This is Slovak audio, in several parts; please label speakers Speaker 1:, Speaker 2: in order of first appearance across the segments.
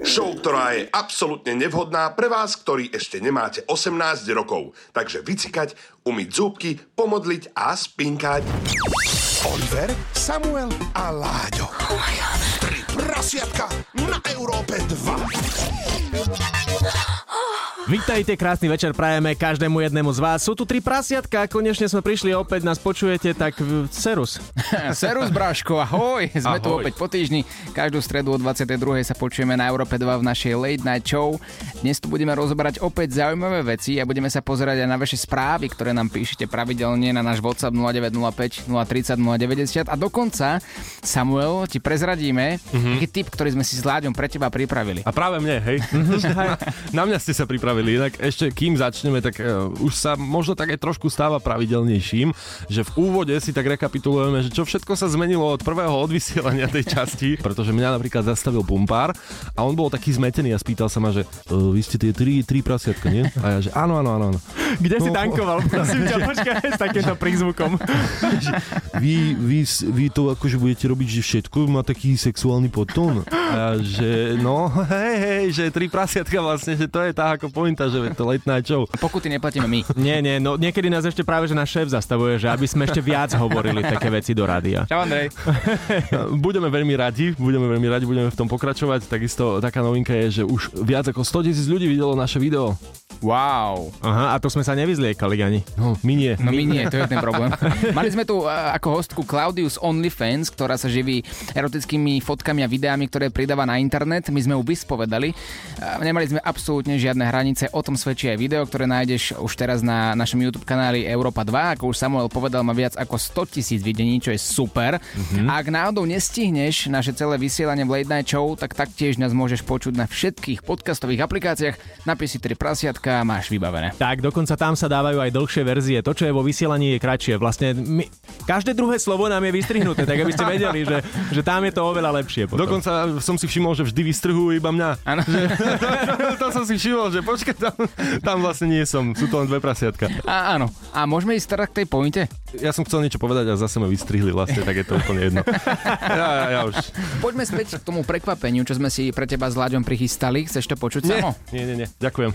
Speaker 1: Show, ktorá je absolútne nevhodná pre vás, ktorí ešte nemáte 18 rokov. Takže vycikať, umyť zúbky, pomodliť a spinkať.
Speaker 2: Oliver, Samuel a Láďo. Tri prasiatka na Európe 2.
Speaker 3: Vítajte, krásny večer prajeme každému jednému z vás. Sú tu tri prasiatka, konečne sme prišli opäť, nás počujete, tak v- serus.
Speaker 4: Serus Bráško, ahoj! Sme ahoj. tu
Speaker 3: Ahoj.
Speaker 4: opäť po týždni. Každú stredu o 22. sa počujeme na Európe 2 v našej Late Night Show. Dnes tu budeme rozoberať opäť zaujímavé veci a budeme sa pozerať aj na vaše správy, ktoré nám píšete pravidelne na náš WhatsApp 0905 030 090 a dokonca, Samuel, ti prezradíme taký tip, ktorý sme si s Láďom pre teba pripravili.
Speaker 5: A práve mne, hej. na mňa ste sa pripravili, inak ešte kým začneme, tak uh, už sa možno tak aj trošku stáva pravidelnejším, že v úvode si tak rekapitulujeme, že čo všetko sa zmenilo od prvého odvysielania tej časti, pretože mňa napríklad zastavil pumpár a on bol taký zmetený a spýtal sa ma, že uh, vy ste tie tri, tri prasiatka, nie? A ja, že áno, áno, áno, áno.
Speaker 3: Kde si
Speaker 5: No,
Speaker 3: tankoval? Prosím ťa, počkaj s takýmto prízvukom.
Speaker 5: Vy, vy, s- vy to akože budete robiť, že všetko má taký sexuálny podtón. A že no, hej, hej, že tri prasiatka vlastne, že to je tá ako pointa, že to late night show.
Speaker 4: Pokuty neplatíme my.
Speaker 3: Nie, nie, no niekedy nás ešte práve, že náš šéf zastavuje, že aby sme ešte viac hovorili také veci do rádia.
Speaker 4: Čau Andrej.
Speaker 5: Budeme veľmi radi, budeme veľmi radi, budeme v tom pokračovať. Takisto taká novinka je, že už viac ako 100 tisíc ľudí videlo naše video.
Speaker 4: Wow.
Speaker 3: Aha, a to sme sa nevyzliekali ani.
Speaker 5: No, my nie.
Speaker 4: No my nie, to je ten problém. Mali sme tu eh, ako hostku Claudiu z OnlyFans, ktorá sa živí erotickými fotkami a videami, ktoré pridáva na internet. My sme ju vyspovedali. Eh, Nemali sme absolútne žiadne hranice, o tom svedčí aj video, ktoré nájdeš už teraz na našom YouTube kanáli Európa 2. Ako už Samuel povedal, má viac ako 100 tisíc videní, čo je super. A ak náhodou nestihneš naše celé vysielanie v Late Night Show, tak taktiež nás môžeš počuť na všetkých podcastových aplikáciách. Napíš si tri prasiatka a máš vybavené.
Speaker 3: Tak, dokonca tam sa dávajú aj dlhšie verzie. To, čo je vo vysielaní, je kratšie. Vlastne my, každé druhé slovo nám je vystrihnuté, tak aby ste vedeli, že, že tam je to oveľa lepšie. Potom.
Speaker 5: Dokonca som si všimol, že vždy vystrhujú iba mňa.
Speaker 4: Áno.
Speaker 5: to som si všimol, že počkaj, tam, tam vlastne nie som. Sú to len dve prasiatka.
Speaker 4: A, áno. A môžeme ísť teda k tej pointe?
Speaker 5: Ja som chcel niečo povedať a zase ma vystrihli vlastne, tak je to úplne jedno. Ja, ja, ja už.
Speaker 4: Poďme späť k tomu prekvapeniu, čo sme si pre teba s Láďom prichystali. Chceš to počuť
Speaker 5: Nie,
Speaker 4: samo?
Speaker 5: nie, nie, nie. Ďakujem.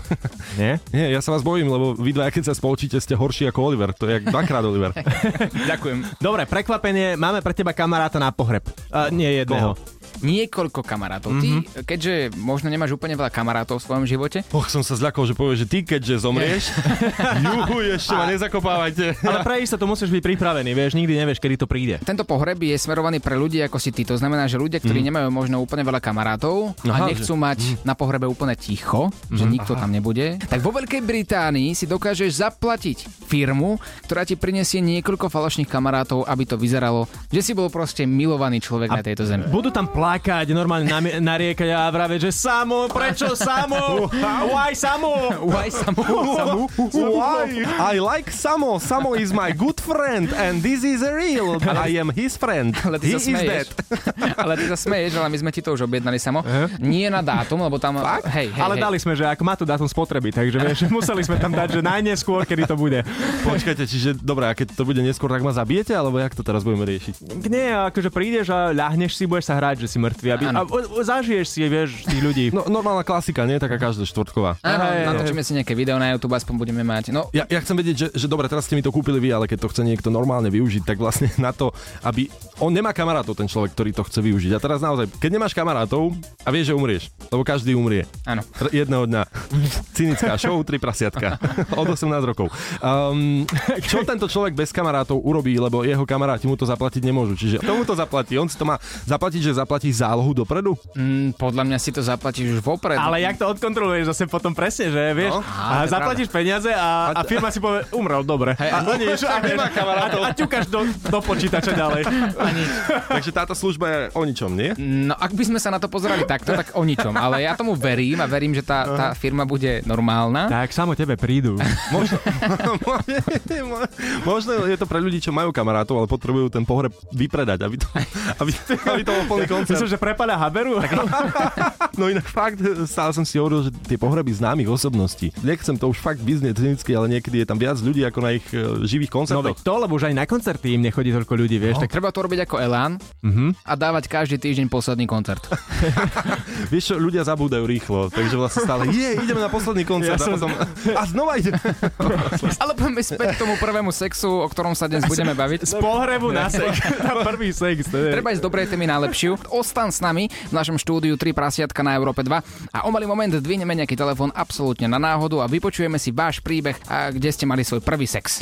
Speaker 3: Nie?
Speaker 5: Nie, ja sa vás bojím, lebo vy dva, keď sa spolčíte, ste horší ako Oliver. To je jak dvakrát Oliver.
Speaker 4: Ďakujem.
Speaker 3: Dobre, prekvapenie, máme pre teba kamaráta na pohreb. Uh, nie jedného.
Speaker 4: Niekoľko kamarátov.
Speaker 5: Mhm.
Speaker 4: Mm-hmm. Ty, keďže možno nemáš úplne veľa kamarátov v svojom živote,
Speaker 5: Och, som sa zľakol, že povie, že ty, keďže zomrieš, juhu, ešte ma nezakopávajte.
Speaker 3: Ale pre sa to musíš byť pripravený, vieš, nikdy nevieš, kedy to príde.
Speaker 4: tento pohreb je smerovaný pre ľudí ako si ty. To znamená, že ľudia, ktorí mm. nemajú možno úplne veľa kamarátov
Speaker 5: Mhm. Aha, Mhm.
Speaker 4: a nechcú mať na pohrebe úplne ticho, že nikto tam nebude, tak vo Veľkej Británii si dokážeš zaplatiť firmu, ktorá ti prinesie niekoľko falošných kamarátov, aby to vyzeralo, že si bol proste milovaný človek na tejto zemi.
Speaker 3: Budú tam plakať, normálne nami- nariekať a vraveť, že Samo, prečo Samo? Why Samo?
Speaker 4: Uaj sa mu, sa mu.
Speaker 5: Why? I like Samo. Samo is my good friend and this is real. I am his friend.
Speaker 4: Ale ty
Speaker 5: He
Speaker 4: sa
Speaker 5: is
Speaker 4: smeješ.
Speaker 5: dead.
Speaker 4: ale ty sa smeješ, ale my sme ti to už objednali samo. Nie na dátum, lebo tam... Hej, hej,
Speaker 3: Ale
Speaker 4: hej.
Speaker 3: dali sme, že ak má to dátum spotreby, takže vieš, museli sme tam dať, že najneskôr, kedy to bude.
Speaker 5: Počkajte, čiže dobre, a keď to bude neskôr, tak ma zabijete, alebo jak to teraz budeme riešiť?
Speaker 3: Nie, akože prídeš a ľahneš si, budeš sa hrať, že si mŕtvy. Aby, a,
Speaker 4: Áno.
Speaker 3: o, o, zažiješ si, vieš, tých ľudí.
Speaker 5: No, normálna klasika, nie? Taká každá štvrtková.
Speaker 4: Áno,
Speaker 3: Hej,
Speaker 4: natočíme si nejaké video na YouTube, aspoň budeme mať. No,
Speaker 5: Ja, ja chcem vedieť, že, že dobre, teraz ste mi to kúpili vy, ale keď to chce niekto normálne využiť, tak vlastne na to, aby... On nemá kamarátov, ten človek, ktorý to chce využiť. A teraz naozaj, keď nemáš kamarátov a vieš, že umrieš, lebo každý umrie.
Speaker 4: áno.
Speaker 5: R- Jedného dňa. Cynická show, tri prasiatka. Od 18 rokov. Um, čo tento človek bez kamarátov urobí, lebo jeho kamaráti mu to zaplatiť nemôžu. Čiže tomu to zaplatí. On si to má zaplatiť, že zaplatí zálohu dopredu.
Speaker 4: Mm, podľa mňa si to zaplatíš už vopred.
Speaker 3: Ale jak to odkontroluješ zase potom presne, že vieš?
Speaker 5: No.
Speaker 3: a
Speaker 4: Á, to je
Speaker 3: zaplatíš peniaze a, a firma si povie, umrel, dobre.
Speaker 4: Hej,
Speaker 3: a,
Speaker 4: a-
Speaker 3: nič, a,
Speaker 5: nemá kamarátov.
Speaker 3: a, a ťukáš do, do počítača ďalej.
Speaker 5: Takže táto služba je o ničom, nie?
Speaker 4: No, ak by sme sa na to pozerali takto, tak o ničom. Ale ja tomu verím a verím, že tá, tá firma bude normálna.
Speaker 3: Tak, samo tebe prídu.
Speaker 5: Možno, mo- možno je to pre ľudí, čo majú kamarátov, ale potrebujú ten pohreb vypredať, aby to, aby, aby to bol plný koncert.
Speaker 3: Myslím, že prepadá Haberu?
Speaker 5: No inak fakt, stále som si hovoril, že tie pohreby známych osobností. Nechcem to už fakt vyznieť cynicky, ale niekedy je tam viac ľudí ako na ich e, živých koncertoch.
Speaker 3: to, lebo už aj na koncerty im nechodí toľko ľudí, vieš. Tak,
Speaker 4: Tak treba to robiť ako Elán
Speaker 3: Mhm.
Speaker 4: a dávať každý týždeň posledný koncert.
Speaker 5: Vieš čo, ľudia zabúdajú rýchlo, takže vlastne stále, je, ideme na posledný
Speaker 3: Ja
Speaker 5: koncert a
Speaker 3: som-
Speaker 5: potom, a znova ide.
Speaker 4: Ale poďme späť k tomu prvému sexu, o ktorom sa dnes budeme baviť.
Speaker 3: z pohrebu na sex, na prvý sex. To je.
Speaker 4: Treba ísť dobrej témy na lepšiu. Ostan s nami v našom štúdiu 3 prasiatka na Európe 2 a o malý moment dvihneme nejaký telefón absolútne na náhodu a vypočujeme si váš príbeh, a kde ste mali svoj prvý sex.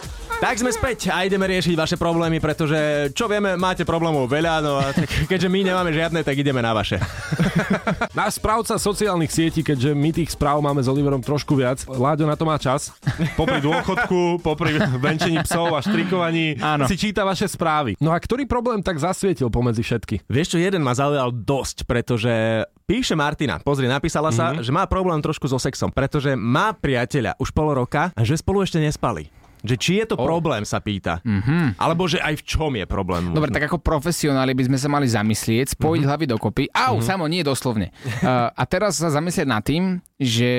Speaker 3: Tak sme späť a ideme riešiť vaše problémy, pretože čo vieme, máte problémov veľa, no a tak, keďže my nemáme žiadne, tak ideme na vaše.
Speaker 5: Náš správca sociálnych sietí, keďže my tých správ máme s Oliverom trošku viac, Láďo na to má čas. Popri dôchodku, popri venčení psov a štrikovaní
Speaker 4: Áno.
Speaker 5: si číta vaše správy. No a ktorý problém tak zasvietil pomedzi všetky?
Speaker 3: Vieš čo, jeden ma zaujal dosť, pretože píše Martina, pozri, napísala sa, mm-hmm. že má problém trošku so sexom, pretože má priateľa už pol roka a že spolu ešte nespali. Že či je to oh. problém, sa pýta. Mm-hmm. Alebo že aj v čom je problém.
Speaker 4: Dobre, tak ako profesionáli by sme sa mali zamyslieť, spojiť mm-hmm. hlavy dokopy. Au, mm-hmm. samo, nie doslovne. Uh, a teraz sa zamyslieť nad tým, že...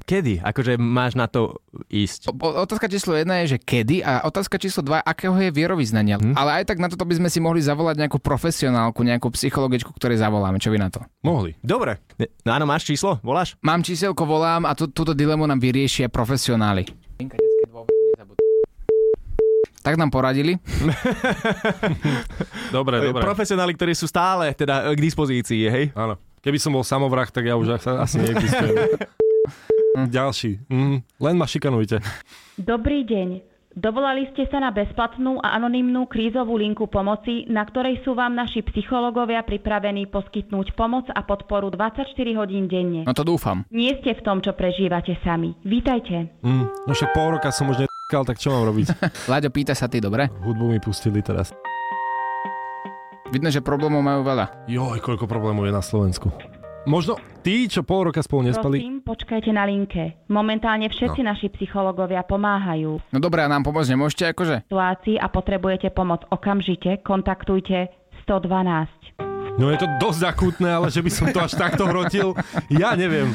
Speaker 3: Kedy? Akože máš na to ísť.
Speaker 4: o- Otázka číslo jedna je, že kedy a otázka číslo dva, akého je vierovýznania. Mm. Ale aj tak na toto by sme si mohli zavolať nejakú profesionálku, nejakú psychologičku, ktorej zavoláme. Čo vy na to?
Speaker 5: Mohli.
Speaker 3: Dobre. Ne- No áno, máš číslo? Voláš?
Speaker 4: Mám číselko, volám a tú, túto dilemu nám vyriešia profesionáli. Tak nám poradili.
Speaker 5: Dobre, dobre.
Speaker 3: Profesionáli, ktorí sú stále teda k dispozícii, hej?
Speaker 5: Áno. Keby som bol samovrah, tak ja už sa asi neexistujem. Ďalší. Mm, len ma šikanujte.
Speaker 6: Dobrý deň. Dovolali ste sa na bezplatnú a anonymnú krízovú linku pomoci, na ktorej sú vám naši psychológovia pripravení poskytnúť pomoc a podporu 24 hodín denne.
Speaker 4: No to dúfam.
Speaker 6: Nie ste v tom, čo prežívate sami. Vítajte.
Speaker 5: Mm, no však pol roka som už ne***kal, tak čo mám robiť?
Speaker 4: Láďo, pýta sa ty, dobre?
Speaker 5: Hudbu mi pustili teraz.
Speaker 4: Vidno, že problémov majú veľa.
Speaker 5: Joj, koľko problémov je na Slovensku. Možno tí, čo pol roka spolu nespali,
Speaker 6: Prosím, počkajte na linke. Momentálne všetci naši psychológovia pomáhajú v
Speaker 4: No dobré, a nám pomôcť nemôžete, akože?
Speaker 6: situácii a potrebujete pomoc okamžite, kontaktujte 112.
Speaker 5: No je to dosť akútne, ale že by som to až takto hrotil, ja neviem.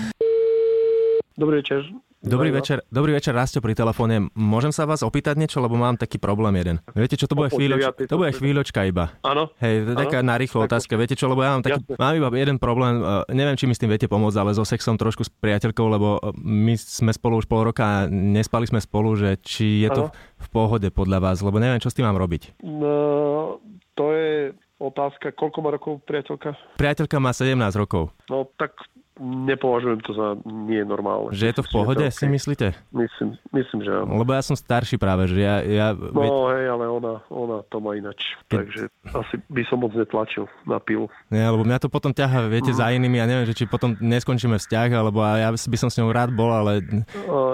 Speaker 7: Dobrý večer.
Speaker 3: Dobrý
Speaker 7: no.
Speaker 3: večer, dobrý večer, Rasto pri telefóne. Môžem sa vás opýtať niečo, lebo mám taký problém jeden. Viete čo, to bude,
Speaker 7: O pol
Speaker 3: chvíľoč...
Speaker 7: deviatej
Speaker 3: to bude
Speaker 7: sa-
Speaker 3: chvíľočka iba.
Speaker 7: Áno.
Speaker 3: Hej, to je
Speaker 7: Áno.
Speaker 3: taká na rýchlo otázka. Viete čo, lebo ja mám, taký,
Speaker 7: Jasne.
Speaker 3: mám iba jeden problém, eh, neviem, či mi s tým viete pomôcť, ale so sexom trošku s priateľkou, lebo eh, my sme spolu už pol roka a nespali sme spolu, že či je to v,
Speaker 7: Áno.
Speaker 3: v pohode podľa vás, lebo neviem, čo s tým mám robiť.
Speaker 7: No, to je otázka, koľko má rokov priateľka?
Speaker 3: Priateľka má 17 rokov,
Speaker 7: No tak nepovažujem to za nie je normálne.
Speaker 3: že je to v
Speaker 7: Myslím,
Speaker 3: pohode,
Speaker 7: že to
Speaker 3: si
Speaker 7: OK.
Speaker 3: myslíte?
Speaker 7: Myslím, myslím, že áno.
Speaker 3: Lebo ja som starší práve, že ja, ja no.
Speaker 7: No hej, ale ona, ona to má inač. Takže asi by som moc netlačil na pilu.
Speaker 3: ne, lebo mňa to potom ťaha, viete, za inými, ja neviem, že či potom neskončíme vzťah, alebo ja by som s ňou rád bol, ale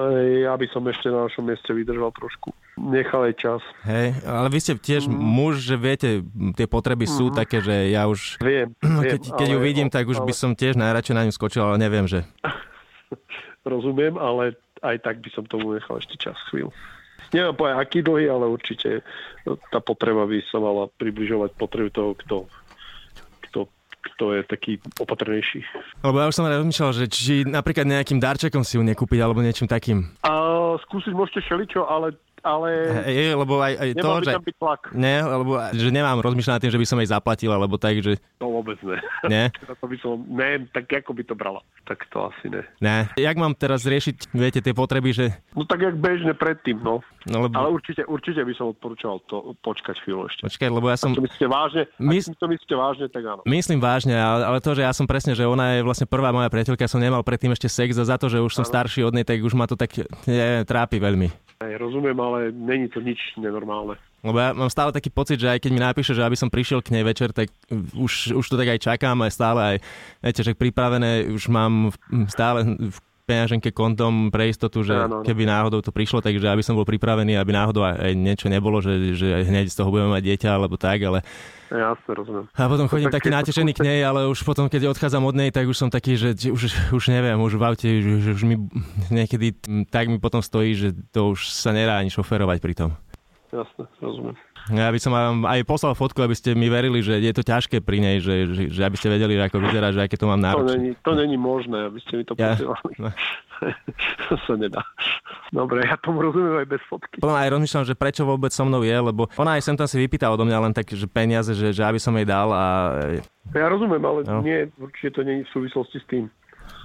Speaker 7: E, Ja by som ešte na našom mieste vydržal trošku. Nechal jej čas.
Speaker 3: hej, ale vy ste tiež
Speaker 7: Mhm.
Speaker 3: muž, že viete, tie potreby sú také, že ja už, No,
Speaker 7: Viem, Mhm. viem
Speaker 3: keď, keď ju
Speaker 7: ale-
Speaker 3: vidím, tak už
Speaker 7: ale,
Speaker 3: by som tiež najradšej na ňu skočil, ale neviem, že.
Speaker 7: Rozumiem, ale aj tak by som tomu nechal ešte čas chvíľu. Neviem povedať, aký dlhý, ale určite no, tá potreba by sa mala približovať potrebu toho, kto, kto, kto je taký opatrnejší.
Speaker 3: Lebo ja už som rozmýšľal, že či napríklad nejakým darčekom si ju nekúpiť, alebo niečím takým.
Speaker 7: A skúsiť môžete všeličo, ale, ale
Speaker 3: Hej, lebo aj, aj to,
Speaker 7: nemal by
Speaker 3: že...
Speaker 7: tam byť tlak.
Speaker 3: Ne, lebo že nemám rozmýšľať nad tým, že by som jej zaplatil, alebo tak, že
Speaker 7: To No, vôbec ne.
Speaker 3: ne.
Speaker 7: Teda to by som, ne, tak ako by to brala? Tak to asi ne.
Speaker 3: Ne. Jak mám teraz riešiť, viete, tie potreby, že...
Speaker 7: No tak jak bežne predtým, no.
Speaker 3: No, lebo...
Speaker 7: Ale určite, určite by som odporúčal to, počkať chvíľu ešte.
Speaker 3: Počkaj, lebo ja som...
Speaker 7: Ak to myslíte vážne,
Speaker 3: My-
Speaker 7: ak to myslíte vážne, tak áno.
Speaker 3: Myslím vážne, ale, ale to, že ja som presne, že ona je vlastne prvá moja priateľka, som nemal predtým ešte sex a za to, že už som starší od nej, tak už ma to tak neviem, trápi veľmi.
Speaker 7: Hej, rozumiem, ale není to nič nenormálne.
Speaker 3: Lebo ja mám stále taký pocit, že aj keď mi napíše, že aby som prišiel k nej večer, tak už, už to tak aj čakám, aj stále aj, viete, že pripravené, už mám v- hm, stále v peňaženke kondom pre istotu, že
Speaker 7: Áno, áno.
Speaker 3: keby náhodou to prišlo, takže aby som bol pripravený, aby náhodou aj, aj niečo nebolo, že, že hneď z toho budeme mať dieťa alebo tak, ale
Speaker 7: Jasne, rozumiem.
Speaker 3: A potom chodím
Speaker 7: tak
Speaker 3: taký
Speaker 7: keď to
Speaker 3: natešený k
Speaker 7: skúste-
Speaker 3: nej, ale už potom, keď odchádzam od nej, tak už som taký, že že už, už neviem, už v aute, že, že už mi niekedy mm, tak mi potom stojí, že to už sa nedá ani šoferovať pri tom.
Speaker 7: jasne, rozumiem.
Speaker 3: Ja by som vám aj poslal fotku, aby ste mi verili, že je to ťažké pri nej, že, že, že aby ste vedeli, ako vyzerá, že aké to mám
Speaker 7: To
Speaker 3: náročné.
Speaker 7: není, to není možné, aby ste mi to
Speaker 3: Ja-
Speaker 7: posielali.
Speaker 3: no.
Speaker 7: to sa nedá. Dobre, ja tomu rozumiem aj bez fotky.
Speaker 3: Potom aj rozmýšľam, že prečo vôbec so mnou je, lebo ona aj sem tam si vypýta odo mňa len tak, že peniaze, že, že aby som jej dal a e,
Speaker 7: Ja rozumiem, ale
Speaker 3: No.
Speaker 7: no. nie, určite to není v súvislosti s tým.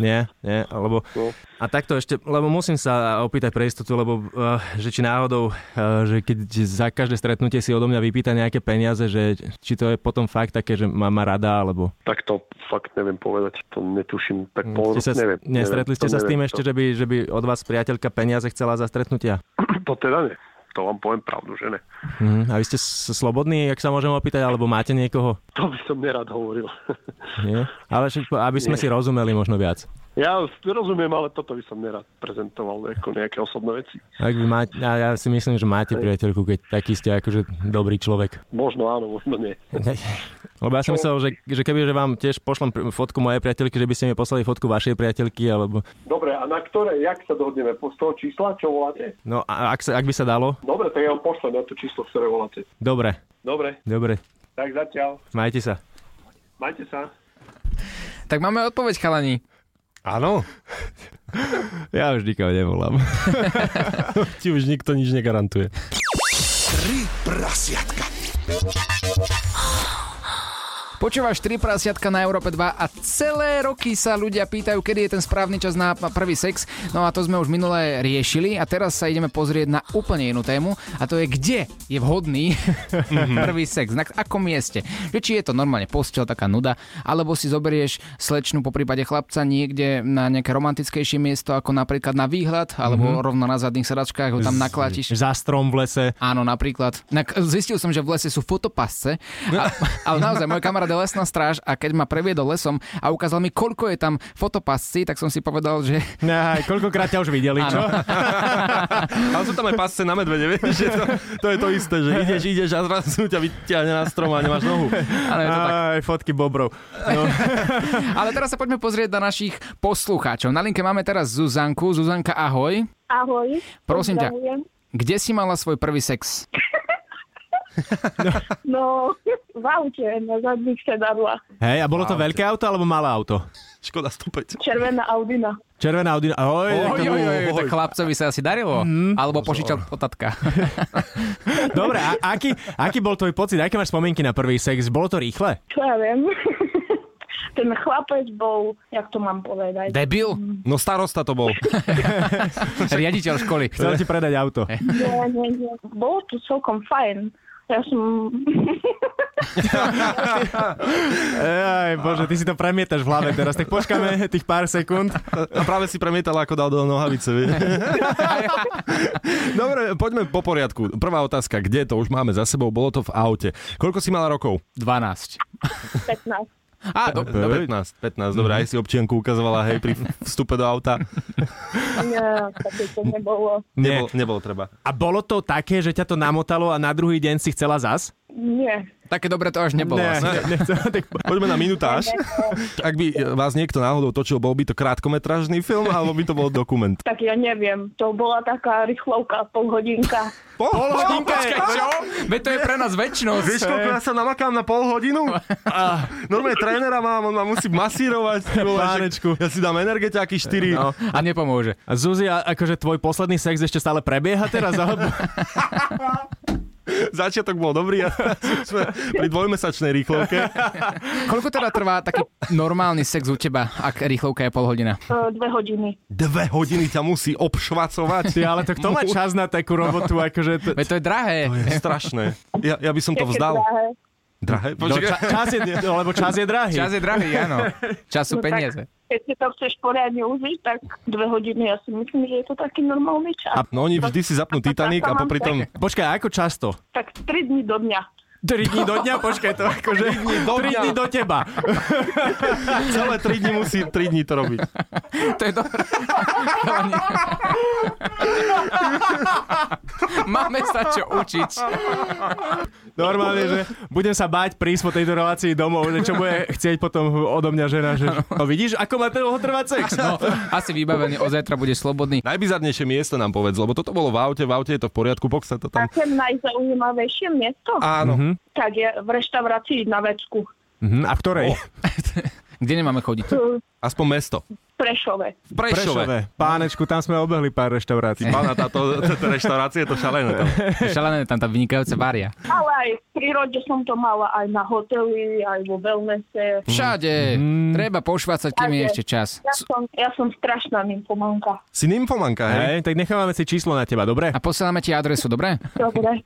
Speaker 3: nie, nie, lebo
Speaker 7: No.
Speaker 3: a takto ešte, lebo musím sa opýtať pre istotu, lebo uh, že či náhodou, uh, že keď za každé stretnutie si odo mňa vypýta nejaké peniaze, že či to je potom fakt také, že má ma rada, alebo
Speaker 7: Tak to fakt neviem povedať, to netuším. Tak pol,
Speaker 3: Mm, ste sa,
Speaker 7: No, neviem,
Speaker 3: nestretli
Speaker 7: neviem,
Speaker 3: ste
Speaker 7: to
Speaker 3: sa s tým
Speaker 7: neviem, no.
Speaker 3: ešte,
Speaker 7: to,
Speaker 3: že by, že by od vás priateľka peniaze chcela za stretnutia?
Speaker 7: To teda ne, to vám poviem pravdu, že ne.
Speaker 3: Mhm. A vy ste s- slobodní, ak sa môžem opýtať, alebo máte niekoho?
Speaker 7: To by som nerad hovoril.
Speaker 3: Nie? Ale však, po- aby sme si rozumeli možno viac.
Speaker 7: ja rozumiem, ale toto by som nerad prezentoval ako nejaké osobné veci.
Speaker 3: Ak vy máte, ja, ja si myslím, že máte priateľku, keď taký ste akože dobrý človek.
Speaker 7: Možno áno, možno nie.
Speaker 3: Lebo ja som myslel, že, že keby že vám tiež pošlem pr- fotku mojej priateľky, že by ste mi poslali fotku vašej priateľky, alebo...
Speaker 7: Dobre, a na ktoré, jak sa dohodneme? Po- Z toho čísla, čo voláte?
Speaker 3: No, a, ak, sa, ak by sa dalo?
Speaker 7: Dobre, tak ja vám pošlem na to číslo, ktoré voláte.
Speaker 3: Dobre,
Speaker 7: Dobre,
Speaker 3: dobre.
Speaker 7: tak zatiaľ.
Speaker 3: Majte sa.
Speaker 7: Majte sa.
Speaker 4: Tak máme odpoveď, chalani.
Speaker 5: Áno,
Speaker 3: Ja už nikoho nevolám.
Speaker 5: ti už nikto nič negarantuje.
Speaker 2: Tri prasiatka.
Speaker 4: Počúvaš 3 prasiatka na Európe 2 a celé roky sa ľudia pýtajú, kedy je ten správny čas na prvý sex. No a to sme už minulé riešili a teraz sa ideme pozrieť na úplne inú tému a to je, kde je vhodný prvý sex, na akom mieste. Že či je to normálne postel, taká nuda, alebo si zoberieš slečnu po prípade chlapca niekde na nejaké romantickejšie miesto, ako napríklad na výhľad, alebo rovno na zadných sedačkách ho tam naklátiš.
Speaker 3: Za strom v lese.
Speaker 4: Áno, napríklad. Nak- Zistil som, že v lese sú fotopasce, a, ale naozaj, môj kamarát je lesná stráž a keď ma previedol lesom a ukázal mi, koľko je tam fotopasci, tak som si povedal, že
Speaker 3: Aj, koľkokrát ťa už videli, čo?
Speaker 5: Ale sú tam aj pasce na medvede, vieš, že to, to je to isté, že ideš, ideš a zrazu ťa vyťahne na strom a nemáš nohu.
Speaker 4: áno, je to tak.
Speaker 3: Aj, fotky bobrov.
Speaker 4: Ale teraz sa poďme pozrieť na našich poslucháčov. Na linke máme teraz Zuzanku. Zuzanka, ahoj.
Speaker 8: Ahoj.
Speaker 4: Prosím ťa.
Speaker 8: Pozdravujem.
Speaker 4: Kde si mala svoj prvý sex?
Speaker 8: No, v aute na zadných sedadlách.
Speaker 3: Hej, a bolo to veľké auto alebo malé auto?
Speaker 5: Škoda stúpeť.
Speaker 8: Červená Audina.
Speaker 3: Červená Audi... Ahoj, tak to
Speaker 4: Oj,
Speaker 3: bolo-
Speaker 4: oj, oj, tak chlapcovi sa asi darilo. Alebo požičal od tatka.
Speaker 3: Dobre, a aký, aký bol tvoj pocit? Aké máš spomienky na prvý sex? Bolo to rýchle?
Speaker 8: Čo ja viem. Ten chlapec bol, jak to mám povedať,
Speaker 4: Debil?
Speaker 5: No starosta to bol.
Speaker 4: Riaditeľ školy.
Speaker 3: Chcel ti predať auto.
Speaker 8: nie, nie, nie. bolo to celkom fajn. Ja som...
Speaker 3: Aj, bože, ty si to premietaš v hlave teraz. Tak počkáme tých pár sekúnd.
Speaker 5: A práve si premietala, ako dal do nohavice. vie. Dobre, poďme po poriadku. Prvá otázka, kde to už máme za sebou, bolo to v aute. Koľko si mala rokov?
Speaker 4: 12.
Speaker 8: 15.
Speaker 4: Á, do,
Speaker 5: Do 15. 15, dobre, aj si občianku ukazovala, hej, pri vstupe do auta.
Speaker 8: Nie, také E, to nebolo.
Speaker 5: Nebol, nebolo treba.
Speaker 3: A bolo to také, že ťa to namotalo a na druhý deň si chcela zas?
Speaker 8: Nie.
Speaker 4: také dobre to až nebolo. asi.
Speaker 3: ne, nechcela, tak...
Speaker 5: Poďme na minutáž. Ak by e, vás niekto náhodou točil, bol by to krátkometrážny film, alebo by to bol dokument?
Speaker 8: Tak ja neviem. To bola taká rýchlovka, polhodinka.
Speaker 5: Pol, pol
Speaker 4: Počkaj, čo? Veď to je pre nás väčšnosť.
Speaker 5: Vieš, koľko ja sa namakám na pol hodinu? A normálne trénera mám, on ma musí masírovať. ty vole,
Speaker 3: Pánečku.
Speaker 5: že Ja si dám energetiaky 4. No.
Speaker 4: A nepomôže.
Speaker 3: A Zuzi, a akože tvoj posledný sex ešte stále prebieha teraz? Alebo...
Speaker 5: Začiatok bol dobrý a teraz sme pri dvojmesačnej rýchlovke.
Speaker 4: Koľko teda trvá taký normálny sex u teba, ak rýchlovka je pol hodina?
Speaker 8: E, Dve hodiny.
Speaker 5: Dve hodiny ťa musí obšvacovať.
Speaker 3: Ty, ale to kto má čas na takú robotu? Akože to...
Speaker 4: Veď to je drahé.
Speaker 5: To je strašné. Ja, ja by som to
Speaker 8: Také
Speaker 5: vzdal.
Speaker 8: drahé.
Speaker 5: Drahé?
Speaker 3: No,
Speaker 5: Počkaj.
Speaker 3: ča- čas je, lebo čas je drahý.
Speaker 4: Čas je drahý, áno. Čas sú
Speaker 8: No tak,
Speaker 4: peniaze.
Speaker 8: Keď si to chceš poriadne užiť, tak dve hodiny, ja si myslím, že je to taký normálny
Speaker 5: A,
Speaker 8: čas.
Speaker 5: no oni vždy si zapnú Titanic a popri tom...
Speaker 3: Počkaj, ako často?
Speaker 8: Tak 3 dní do dňa.
Speaker 3: 3 dní do dňa? Počkaj, to akože... 3 dní do, 3 dní do teba.
Speaker 5: Celé 3 dní musí 3 dní to robiť.
Speaker 4: To je dobré. Máme sa čo učiť.
Speaker 3: Normálne, že budem sa báť prísť po tejto relácii domov, že čo bude chcieť potom odo mňa žena, že no, vidíš, ako má dlho trvať sex.
Speaker 4: No, asi vybavený, od zajtra bude slobodný.
Speaker 5: Najbizarnejšie miesto nám povedz, lebo toto bolo v aute, v aute je to v poriadku, pok sa to tam...
Speaker 8: Také najzaujímavejšie miesto?
Speaker 5: Áno. Mm-hmm.
Speaker 8: Tak je v reštaurácii na Vecku.
Speaker 3: Mhm, a v ktorej?
Speaker 4: Kde nemáme chodiť?
Speaker 5: Aspoň mesto.
Speaker 8: V Prešove.
Speaker 5: V Prešove.
Speaker 3: Prešové. Pánečku, tam sme obehli pár reštaurácií.
Speaker 5: Pána táto, táto restaurácia je to šalené. Tam.
Speaker 4: Šalené tam tá vynikajúca varia.
Speaker 8: Ale aj v prírode som to mala aj na hoteli, aj vo wellnesse.
Speaker 4: Všade.
Speaker 5: Mhm.
Speaker 4: Treba pošvácať, kým je
Speaker 8: Všade.
Speaker 4: ešte čas.
Speaker 8: Ja som, ja som strašná nymphomanka.
Speaker 5: Si nymfomanka,
Speaker 3: Hej,
Speaker 5: hej?
Speaker 3: tak nechávame si číslo na teba, dobre?
Speaker 4: A posielame ti adresu, dobre?
Speaker 8: Dobre,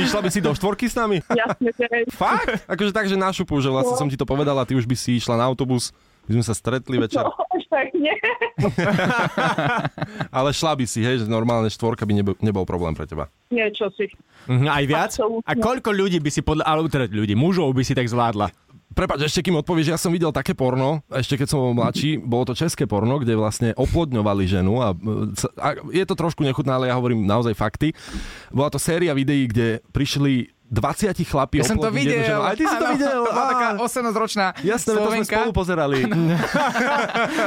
Speaker 5: Išla by si do štvorky s nami?
Speaker 8: jasne, že
Speaker 5: Fakt? Akože tak, že našupu, že vlastne som ti to povedala, ty už by si išla na autobus, my sme sa stretli večer,
Speaker 8: no, až tak nie.
Speaker 5: ale šla by si, hej, že normálne štvorka by nebol, nebol problém pre teba.
Speaker 8: Niečo si.
Speaker 3: Mhm, aj viac?
Speaker 8: Absolútne.
Speaker 3: A koľko ľudí by si podľa, ale teda ľudí, mužov by si tak zvládla?
Speaker 5: Prepač, ešte kým odpovieš, ja som videl také porno, ešte keď som bol mladší, bolo to české porno, kde vlastne oplodňovali ženu a, e, c- a je to trošku nechutné, ale ja hovorím naozaj fakty. Bola to séria videí, kde prišli 20 chlapí
Speaker 4: Ja som to
Speaker 5: oplodniť jednu
Speaker 4: videl.
Speaker 5: ženu. Aj ty si to
Speaker 4: Áno,
Speaker 5: videl.
Speaker 4: To bola
Speaker 5: á.
Speaker 4: taká 18-ročná
Speaker 5: Jasné, veď to sme
Speaker 4: Slovenka.
Speaker 5: spolu pozerali.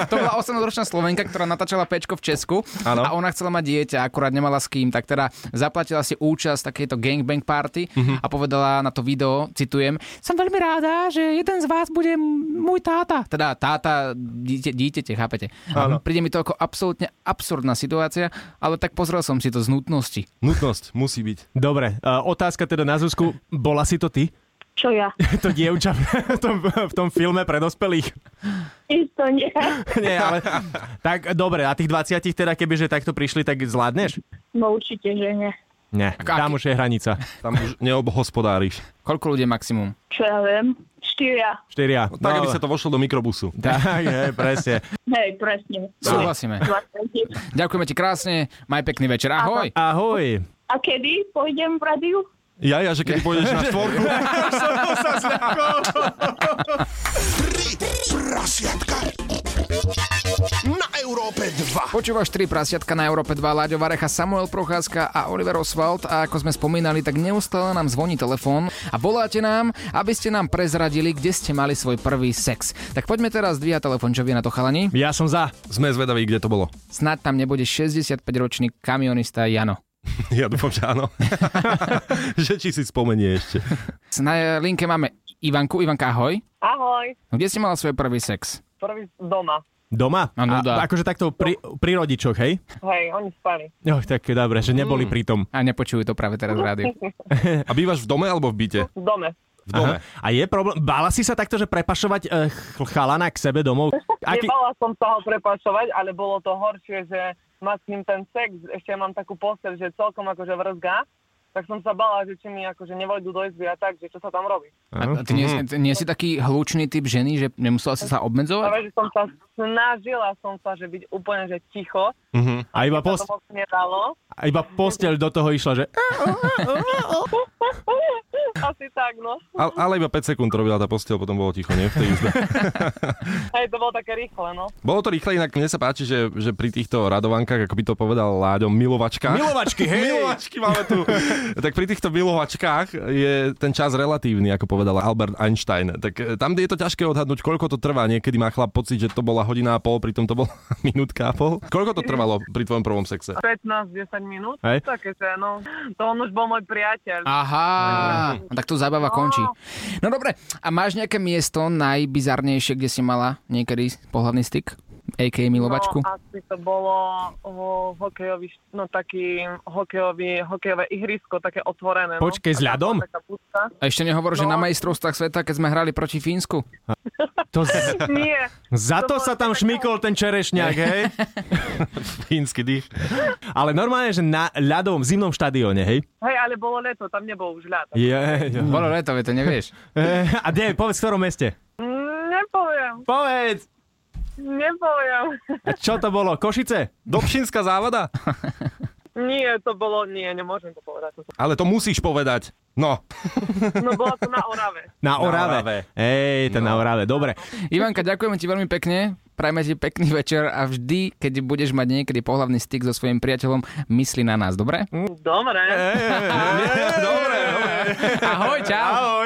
Speaker 4: To bola 18-ročná Slovenka, ktorá natáčala pečko v Česku
Speaker 5: Áno.
Speaker 4: a ona chcela mať dieťa, akurát nemala s kým, tak teda zaplatila si účasť takejto gangbang party
Speaker 5: Mhm.
Speaker 4: a povedala na to video, citujem, som veľmi ráda, že jeden z vás bude m- môj táta. Teda táta, dieťa, dieťate, chápete? Áno. Príde mi to ako absolútne absurdná situácia, ale tak pozrel som si to z nutnosti.
Speaker 5: Nutnosť musí byť.
Speaker 3: Dobre, a otázka teda na Zuzku, bola si to ty?
Speaker 8: Čo ja?
Speaker 3: To dievča v tom, v tom filme pre dospelých?
Speaker 8: Isto nie.
Speaker 3: Nie, ale... Tak dobre, a tých 20 teda kebyže takto prišli, tak zvládneš?
Speaker 8: No určite, že nie.
Speaker 3: Nie, tam už je hranica.
Speaker 5: Tam už neobhospodáriš.
Speaker 4: Koľko ľudí maximum?
Speaker 8: Čo ja viem? Štyria.
Speaker 3: Štyria.
Speaker 5: No,
Speaker 4: No
Speaker 3: No,
Speaker 5: Tak, aby sa to vošlo do mikrobusu.
Speaker 3: Tak, hej, presne.
Speaker 8: Hej, presne.
Speaker 4: Súhlasíme.
Speaker 8: 20.
Speaker 4: Ďakujeme ti krásne, maj pekný večer, ahoj.
Speaker 3: Ahoj.
Speaker 8: A kedy pôjdem v rádiu?
Speaker 5: Ja, ja, že keď pôjdeš na štvorku.
Speaker 2: Prasiatka na Európe 2.
Speaker 4: Počúvaš 3 prasiatka na Európe 2, Láďo Varecha, Samuel Procházka a Oliver Oswald a ako sme spomínali, tak neustále nám zvoní telefón a voláte nám, aby ste nám prezradili, kde ste mali svoj prvý sex. Tak poďme teraz dvíhať telefón, čo vie na to chalani.
Speaker 3: Ja som za.
Speaker 5: Sme zvedaví, kde to bolo.
Speaker 4: Snad tam nebude 65-ročný kamionista Jano.
Speaker 5: Ja dúfam, že áno. že či si spomenie ešte.
Speaker 4: Na linke máme Ivanku. Ivanka, ahoj.
Speaker 9: Ahoj,
Speaker 4: No, Kde ste mala svoj prvý sex?
Speaker 9: prvý doma.
Speaker 3: Doma?
Speaker 4: A nuda.
Speaker 3: akože takto pri, pri rodičoch, hej?
Speaker 9: Hej, oni spali.
Speaker 3: No, tak je dobre, že neboli
Speaker 5: Mm.
Speaker 3: pri tom.
Speaker 4: A nepočujú to práve teraz v rádiu.
Speaker 5: A bývaš v dome alebo v byte?
Speaker 9: V dome.
Speaker 5: V dome.
Speaker 3: Aha. A je problém, bála si sa takto, že prepašovať e, ch- chalana k sebe domov? Aký,
Speaker 9: Nebala som toho prepašovať, ale bolo to horšie, že mať s ním ten sex, ešte mám takú postel, že celkom akože vrzga, tak som sa bala, že či mi akože nevojdu do izby a tak, že čo sa tam robí.
Speaker 4: A ty nie, ty nie si taký hlučný typ ženy, že nemusela si sa obmedzovať?
Speaker 9: Ale že som sa snažila som sa, že byť úplne že ticho,
Speaker 3: a iba,
Speaker 9: to
Speaker 3: post,
Speaker 9: moc nedalo.
Speaker 3: a iba posteľ do toho išla, že... "Eh,
Speaker 9: Asi tak, no.
Speaker 5: Ale, ale iba 5 sekúnd robila tá posteľ, potom bolo ticho, nie? V tej izbe.
Speaker 9: Hej, to bolo také rýchle, no.
Speaker 5: Bolo to rýchle, inak mne sa páči, že, že pri týchto radovankách, ako by to povedal Láďo, milovačka.
Speaker 3: Milovačky, hej!
Speaker 5: Milovačky máme tu. tak pri týchto milovačkách je ten čas relatívny, ako povedal Albert Einstein. Tak e, tam je to ťažké odhadnúť, koľko to trvá. Niekedy má chlap pocit, že to bola hodina a pol, pritom to bola minútka a pol. Koľko to trvalo pri tvojom prvom sexe?
Speaker 9: 15-10 minút,
Speaker 3: Hej.
Speaker 9: také, že no. To on už bol môj priateľ.
Speaker 4: Aha, no, tak tu zábava končí. No dobre, a máš nejaké miesto najbizarnejšie, kde si mala niekedy pohľadný styk? A.k.a. milovačku?
Speaker 9: No, asi to bolo o, hokejový, št- no taký hokejový, hokejové ihrisko, také otvorené. no. A
Speaker 3: Počkej, s
Speaker 9: tam
Speaker 3: ľadom?
Speaker 9: bola taká budka.
Speaker 4: A ešte nehovor, že
Speaker 9: No.
Speaker 4: na majstrovstvách sveta, keď sme hrali proti Fínsku.
Speaker 3: To z,
Speaker 9: Nie,
Speaker 3: za to sa tam šmykol ten čerešňák, hej?
Speaker 5: Fínsky dých.
Speaker 3: Ale normálne, že na ľadovom zimnom štadióne, hej?
Speaker 9: hej, ale bolo leto, tam nebol už ľad.
Speaker 3: Je, Eh,
Speaker 4: Bolo leto, vie, to nevieš.
Speaker 3: A kde, povedz, v ktorom meste?
Speaker 9: Mm, Nepoviem,
Speaker 3: Povedz!
Speaker 9: nepoviem.
Speaker 3: A čo to bolo? Košice?
Speaker 5: Dobšinská závada?
Speaker 9: Nie, to bolo, nie, nemôžem to povedať.
Speaker 5: Ale to musíš povedať. No,
Speaker 9: No bolo to na Orave.
Speaker 3: Na Orave. No.
Speaker 5: Orave.
Speaker 3: Hej, ten na Orave, dobre.
Speaker 4: Ivanka, ďakujeme ti veľmi pekne. Prajme ti pekný večer a vždy, keď budeš mať niekedy pohľavný styk so svojím priateľom, mysli na nás, dobre?
Speaker 9: Dobre.
Speaker 3: Eh,
Speaker 5: dobre, dobre.
Speaker 4: Ahoj, čau!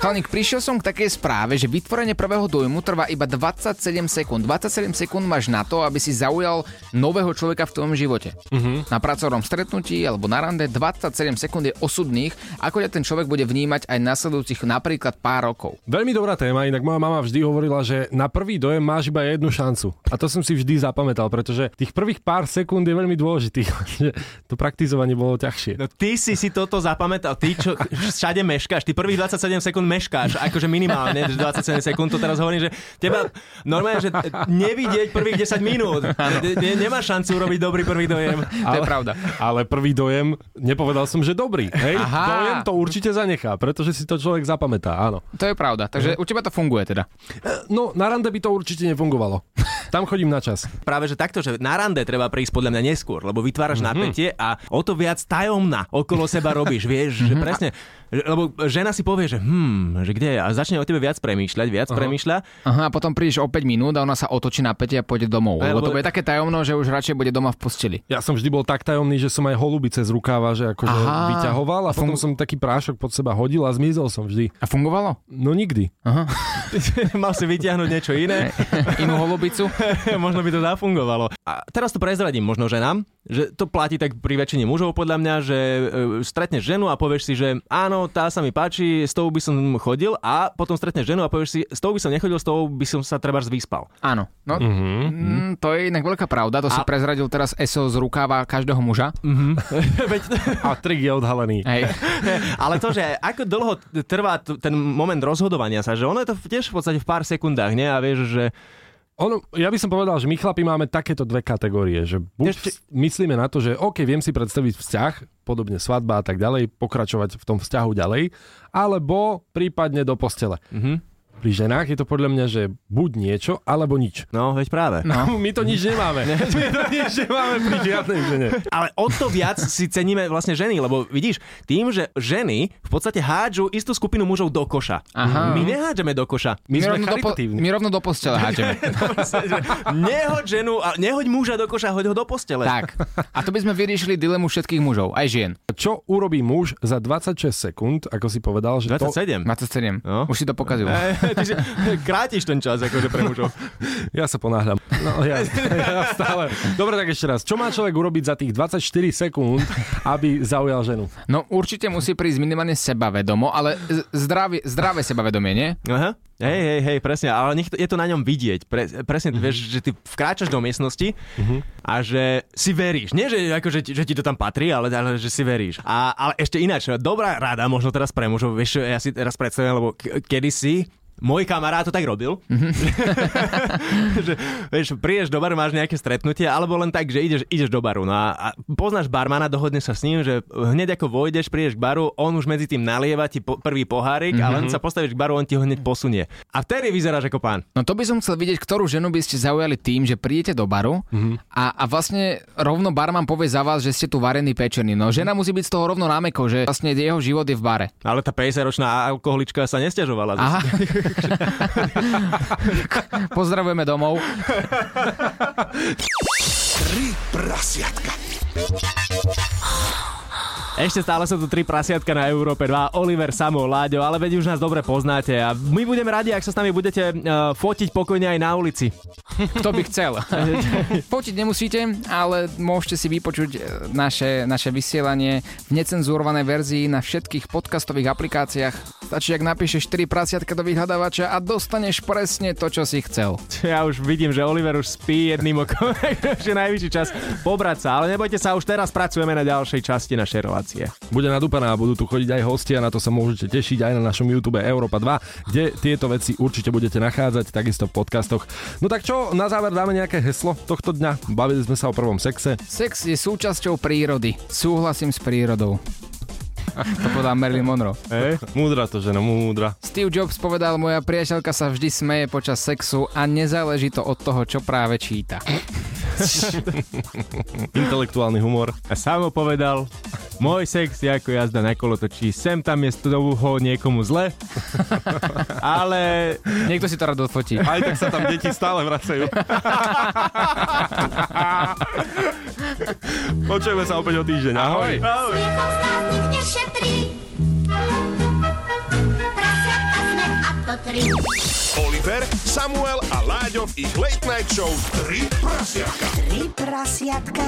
Speaker 4: Chalanik, prišiel som k takej správe, že vytvorenie prvého dojmu trvá iba 27 sekúnd. 27 sekúnd máš na to, aby si zaujal nového človeka v tvojom živote. Uh-huh. Na pracovnom stretnutí alebo na rande 27 sekúnd je osudných, ako ťa ten človek bude vnímať aj nasledujúcich napríklad pár rokov.
Speaker 5: Veľmi dobrá téma, inak moja mama vždy hovorila, že na prvý dojem máš iba jednu šancu. A to som si vždy zapamätal, pretože tých prvých pár sekúnd je veľmi dôležitých. že to praktizovanie bolo ťažšie.
Speaker 3: No ty si si toto zapamätal, ty čo všade meškáš, ty prvých 27 sekúnd meškáš, akože minimálne že 27 sekúnd, to teraz hovorím, že teba normálne, že nevidieť prvých 10 minút, ne, ne, nemáš šancu urobiť dobrý prvý dojem.
Speaker 4: To je pravda.
Speaker 5: Ale prvý dojem, nepovedal som, že dobrý. Hej?
Speaker 4: Aha.
Speaker 5: Dojem to určite zanechá, pretože si to človek zapamätá, áno.
Speaker 4: To je pravda. Takže u teba to funguje teda.
Speaker 5: No, na rande by to určite nefungovalo. Tam chodím na čas.
Speaker 3: Práve že takto, že na rande treba prísť podľa mňa neskôr, lebo vytváraš mm-hmm. napätie a o to viac tajomná okolo seba robíš, vieš, že presne, že- lebo žena si povie, že hm, že kde je a začne o tebe viac premýšľať, viac premýšľa
Speaker 4: Aha, a potom prídeš o 5 minút a ona sa otočí na pete a pôjde domov.
Speaker 3: Aj,
Speaker 4: Lebo to
Speaker 3: lebo-
Speaker 4: bude také tajomno, že už radšej bude doma v posteli.
Speaker 5: Ja som vždy bol tak tajomný, že som aj holuby cez rukáva, že akože
Speaker 4: Aha. A
Speaker 5: vyťahoval a
Speaker 4: fun-
Speaker 5: potom som taký prášok pod seba hodil a zmizol som vždy.
Speaker 4: A fungovalo?
Speaker 5: No nikdy.
Speaker 3: mal si vyťahnuť niečo iné,
Speaker 4: Inú holubicu?
Speaker 3: možno by to zafungovalo. A teraz to prezradím možno ženám, že to platí tak pri väčšine mužov podľa mňa, že e, stretneš ženu a povieš si, že áno, tá sa mi páči, s tou by som chodil a potom stretneš ženu a povieš si, s tou by som nechodil, s tou by som sa treba vyspal.
Speaker 4: Áno. No,
Speaker 3: Mhm,
Speaker 4: mm, to je inak veľká pravda, to si prezradil teraz SO z rukáva každého muža.
Speaker 3: Veď
Speaker 5: A trik je odhalený.
Speaker 4: Hej.
Speaker 3: Ale to, že ako dlho t- trvá t- ten moment rozhodovania sa, že ono je to v- tiež v podstate v pár sekundách, nie? A vieš, že...
Speaker 5: Ono, ja by som povedal, že my chlapi máme takéto dve kategórie, že buď
Speaker 3: Ešte-
Speaker 5: Ešte... myslíme na to, že OK, viem si predstaviť vzťah, podobne svadba a tak ďalej, pokračovať v tom vzťahu ďalej, alebo prípadne do postele. Mm-hmm.
Speaker 3: Mhm.
Speaker 5: Pri ženách je to podľa mňa, že buď niečo, alebo nič.
Speaker 3: No, veď práve. No.
Speaker 5: My to nič nemáme. My to nič nemáme pri žiadnej žene.
Speaker 3: Ale o to viac si ceníme vlastne ženy, lebo vidíš, tým, že ženy v podstate hádžu istú skupinu mužov do koša.
Speaker 4: Aha.
Speaker 3: My nehádžeme do koša. My sme
Speaker 4: rovno do, po-
Speaker 3: charitatívni.
Speaker 4: my rovno do postele háčeme.
Speaker 3: Nehoď ženu, a nehoď muža do koša, hoď ho do postele.
Speaker 4: tak. A to by sme vyriešili dilemu všetkých mužov, aj žien.
Speaker 5: Čo urobí muž za 26 sekúnd, ako si povedal, že to...
Speaker 3: 27.
Speaker 4: 27.
Speaker 3: No.
Speaker 4: Už si to pokazil.
Speaker 3: Eh, Ty si krátiš ten čas akože pre mužov.
Speaker 5: Ja sa ponáhľam. No, ja, ja stále. Dobre, tak ešte raz. Čo má človek urobiť za tých 24 sekúnd, aby zaujal ženu?
Speaker 4: No určite musí prísť minimálne sebavedomo, ale z- zdravie, zdravé sebavedomie, nie?
Speaker 3: Aha. Hej, hej, hej, presne, ale nech to, je to na ňom vidieť. Pre, presne, mm-hmm. vieš, že ty vkráčaš do miestnosti mm-hmm. a že si veríš. Nie, že, ako, že, ti- že ti to tam patrí, ale, ale že si veríš. A, ale ešte ináč, dobrá rada, možno teraz pre mužov, vieš, ja si teraz predstavujem, lebo k- kedysi môj kamarát to tak robil, že vieš, prídeš do baru, máš nejaké stretnutie, alebo len tak, že ideš, ideš do baru. No a, a poznáš barmana, dohodne sa s ním, že hneď ako vojdeš, prídeš k baru, on už medzi tým nalieva ti po, prvý pohárik mm-hmm. a len sa postavíš k baru, on ti ho hneď posunie. A vtedy vyzeráš ako pán.
Speaker 4: No to by som chcel vidieť, ktorú ženu by ste zaujali tým, že prídete do baru
Speaker 3: Mhm.
Speaker 4: a, a vlastne rovno barman povie za vás, že ste tu varení pečení. No žena musí byť z toho rovno námeko, že vlastne jeho život je v bare.
Speaker 3: Ale tá 50-ročná alkoholička sa nestiažovala. zase.
Speaker 4: Aha. Pozdravujeme domov.
Speaker 3: Ešte stále sú tu tri prasiatka na Európe 2, Oliver, Samo, Láďo, ale veď už nás dobre poznáte a my budeme radi, ak sa s nami budete uh, fotiť pokojne aj na ulici.
Speaker 4: Kto by chcel? Fotiť nemusíte, ale môžete si vypočuť e, naše, naše vysielanie v necenzurovanej verzii na všetkých podcastových aplikáciách. Stačí, ak napíšeš 4 prasiatka do vyhľadávača a dostaneš presne to, čo si chcel.
Speaker 3: Ja už vidím, že Oliver už spí jedným okom, takže najvyšší čas pobrať sa. Ale nebojte sa, už teraz pracujeme na ďalšej časti našej relácie.
Speaker 5: Bude nadúpaná a budú tu chodiť aj hostia, na to sa môžete tešiť aj na našom YouTube Európa 2, kde tieto veci určite budete nachádzať, takisto v podcastoch. No tak čo, na záver dáme nejaké heslo tohto dňa. Bavili sme sa o prvom sexe.
Speaker 4: Sex je súčasťou prírody. Súhlasím s prírodou. To povedal Marilyn Monroe.
Speaker 5: Hey? Múdra to žena, múdra.
Speaker 4: Steve Jobs povedal, moja priateľka sa vždy smeje počas sexu a nezáleží to od toho, čo práve číta.
Speaker 5: Intelektuálny humor.
Speaker 3: A Samo povedal, môj sex je ako jazda na kolotočí, sem tam je z toho niekomu zle, ale
Speaker 4: Niekto si to rád odfotí.
Speaker 5: Aj tak sa tam deti stále vracajú. Počujeme sa opäť o týždeň. Ahoj.
Speaker 10: Oliver, Samuel a Láďo v ich Late Night Show 3 prasiatka.
Speaker 11: Tri prasiatka.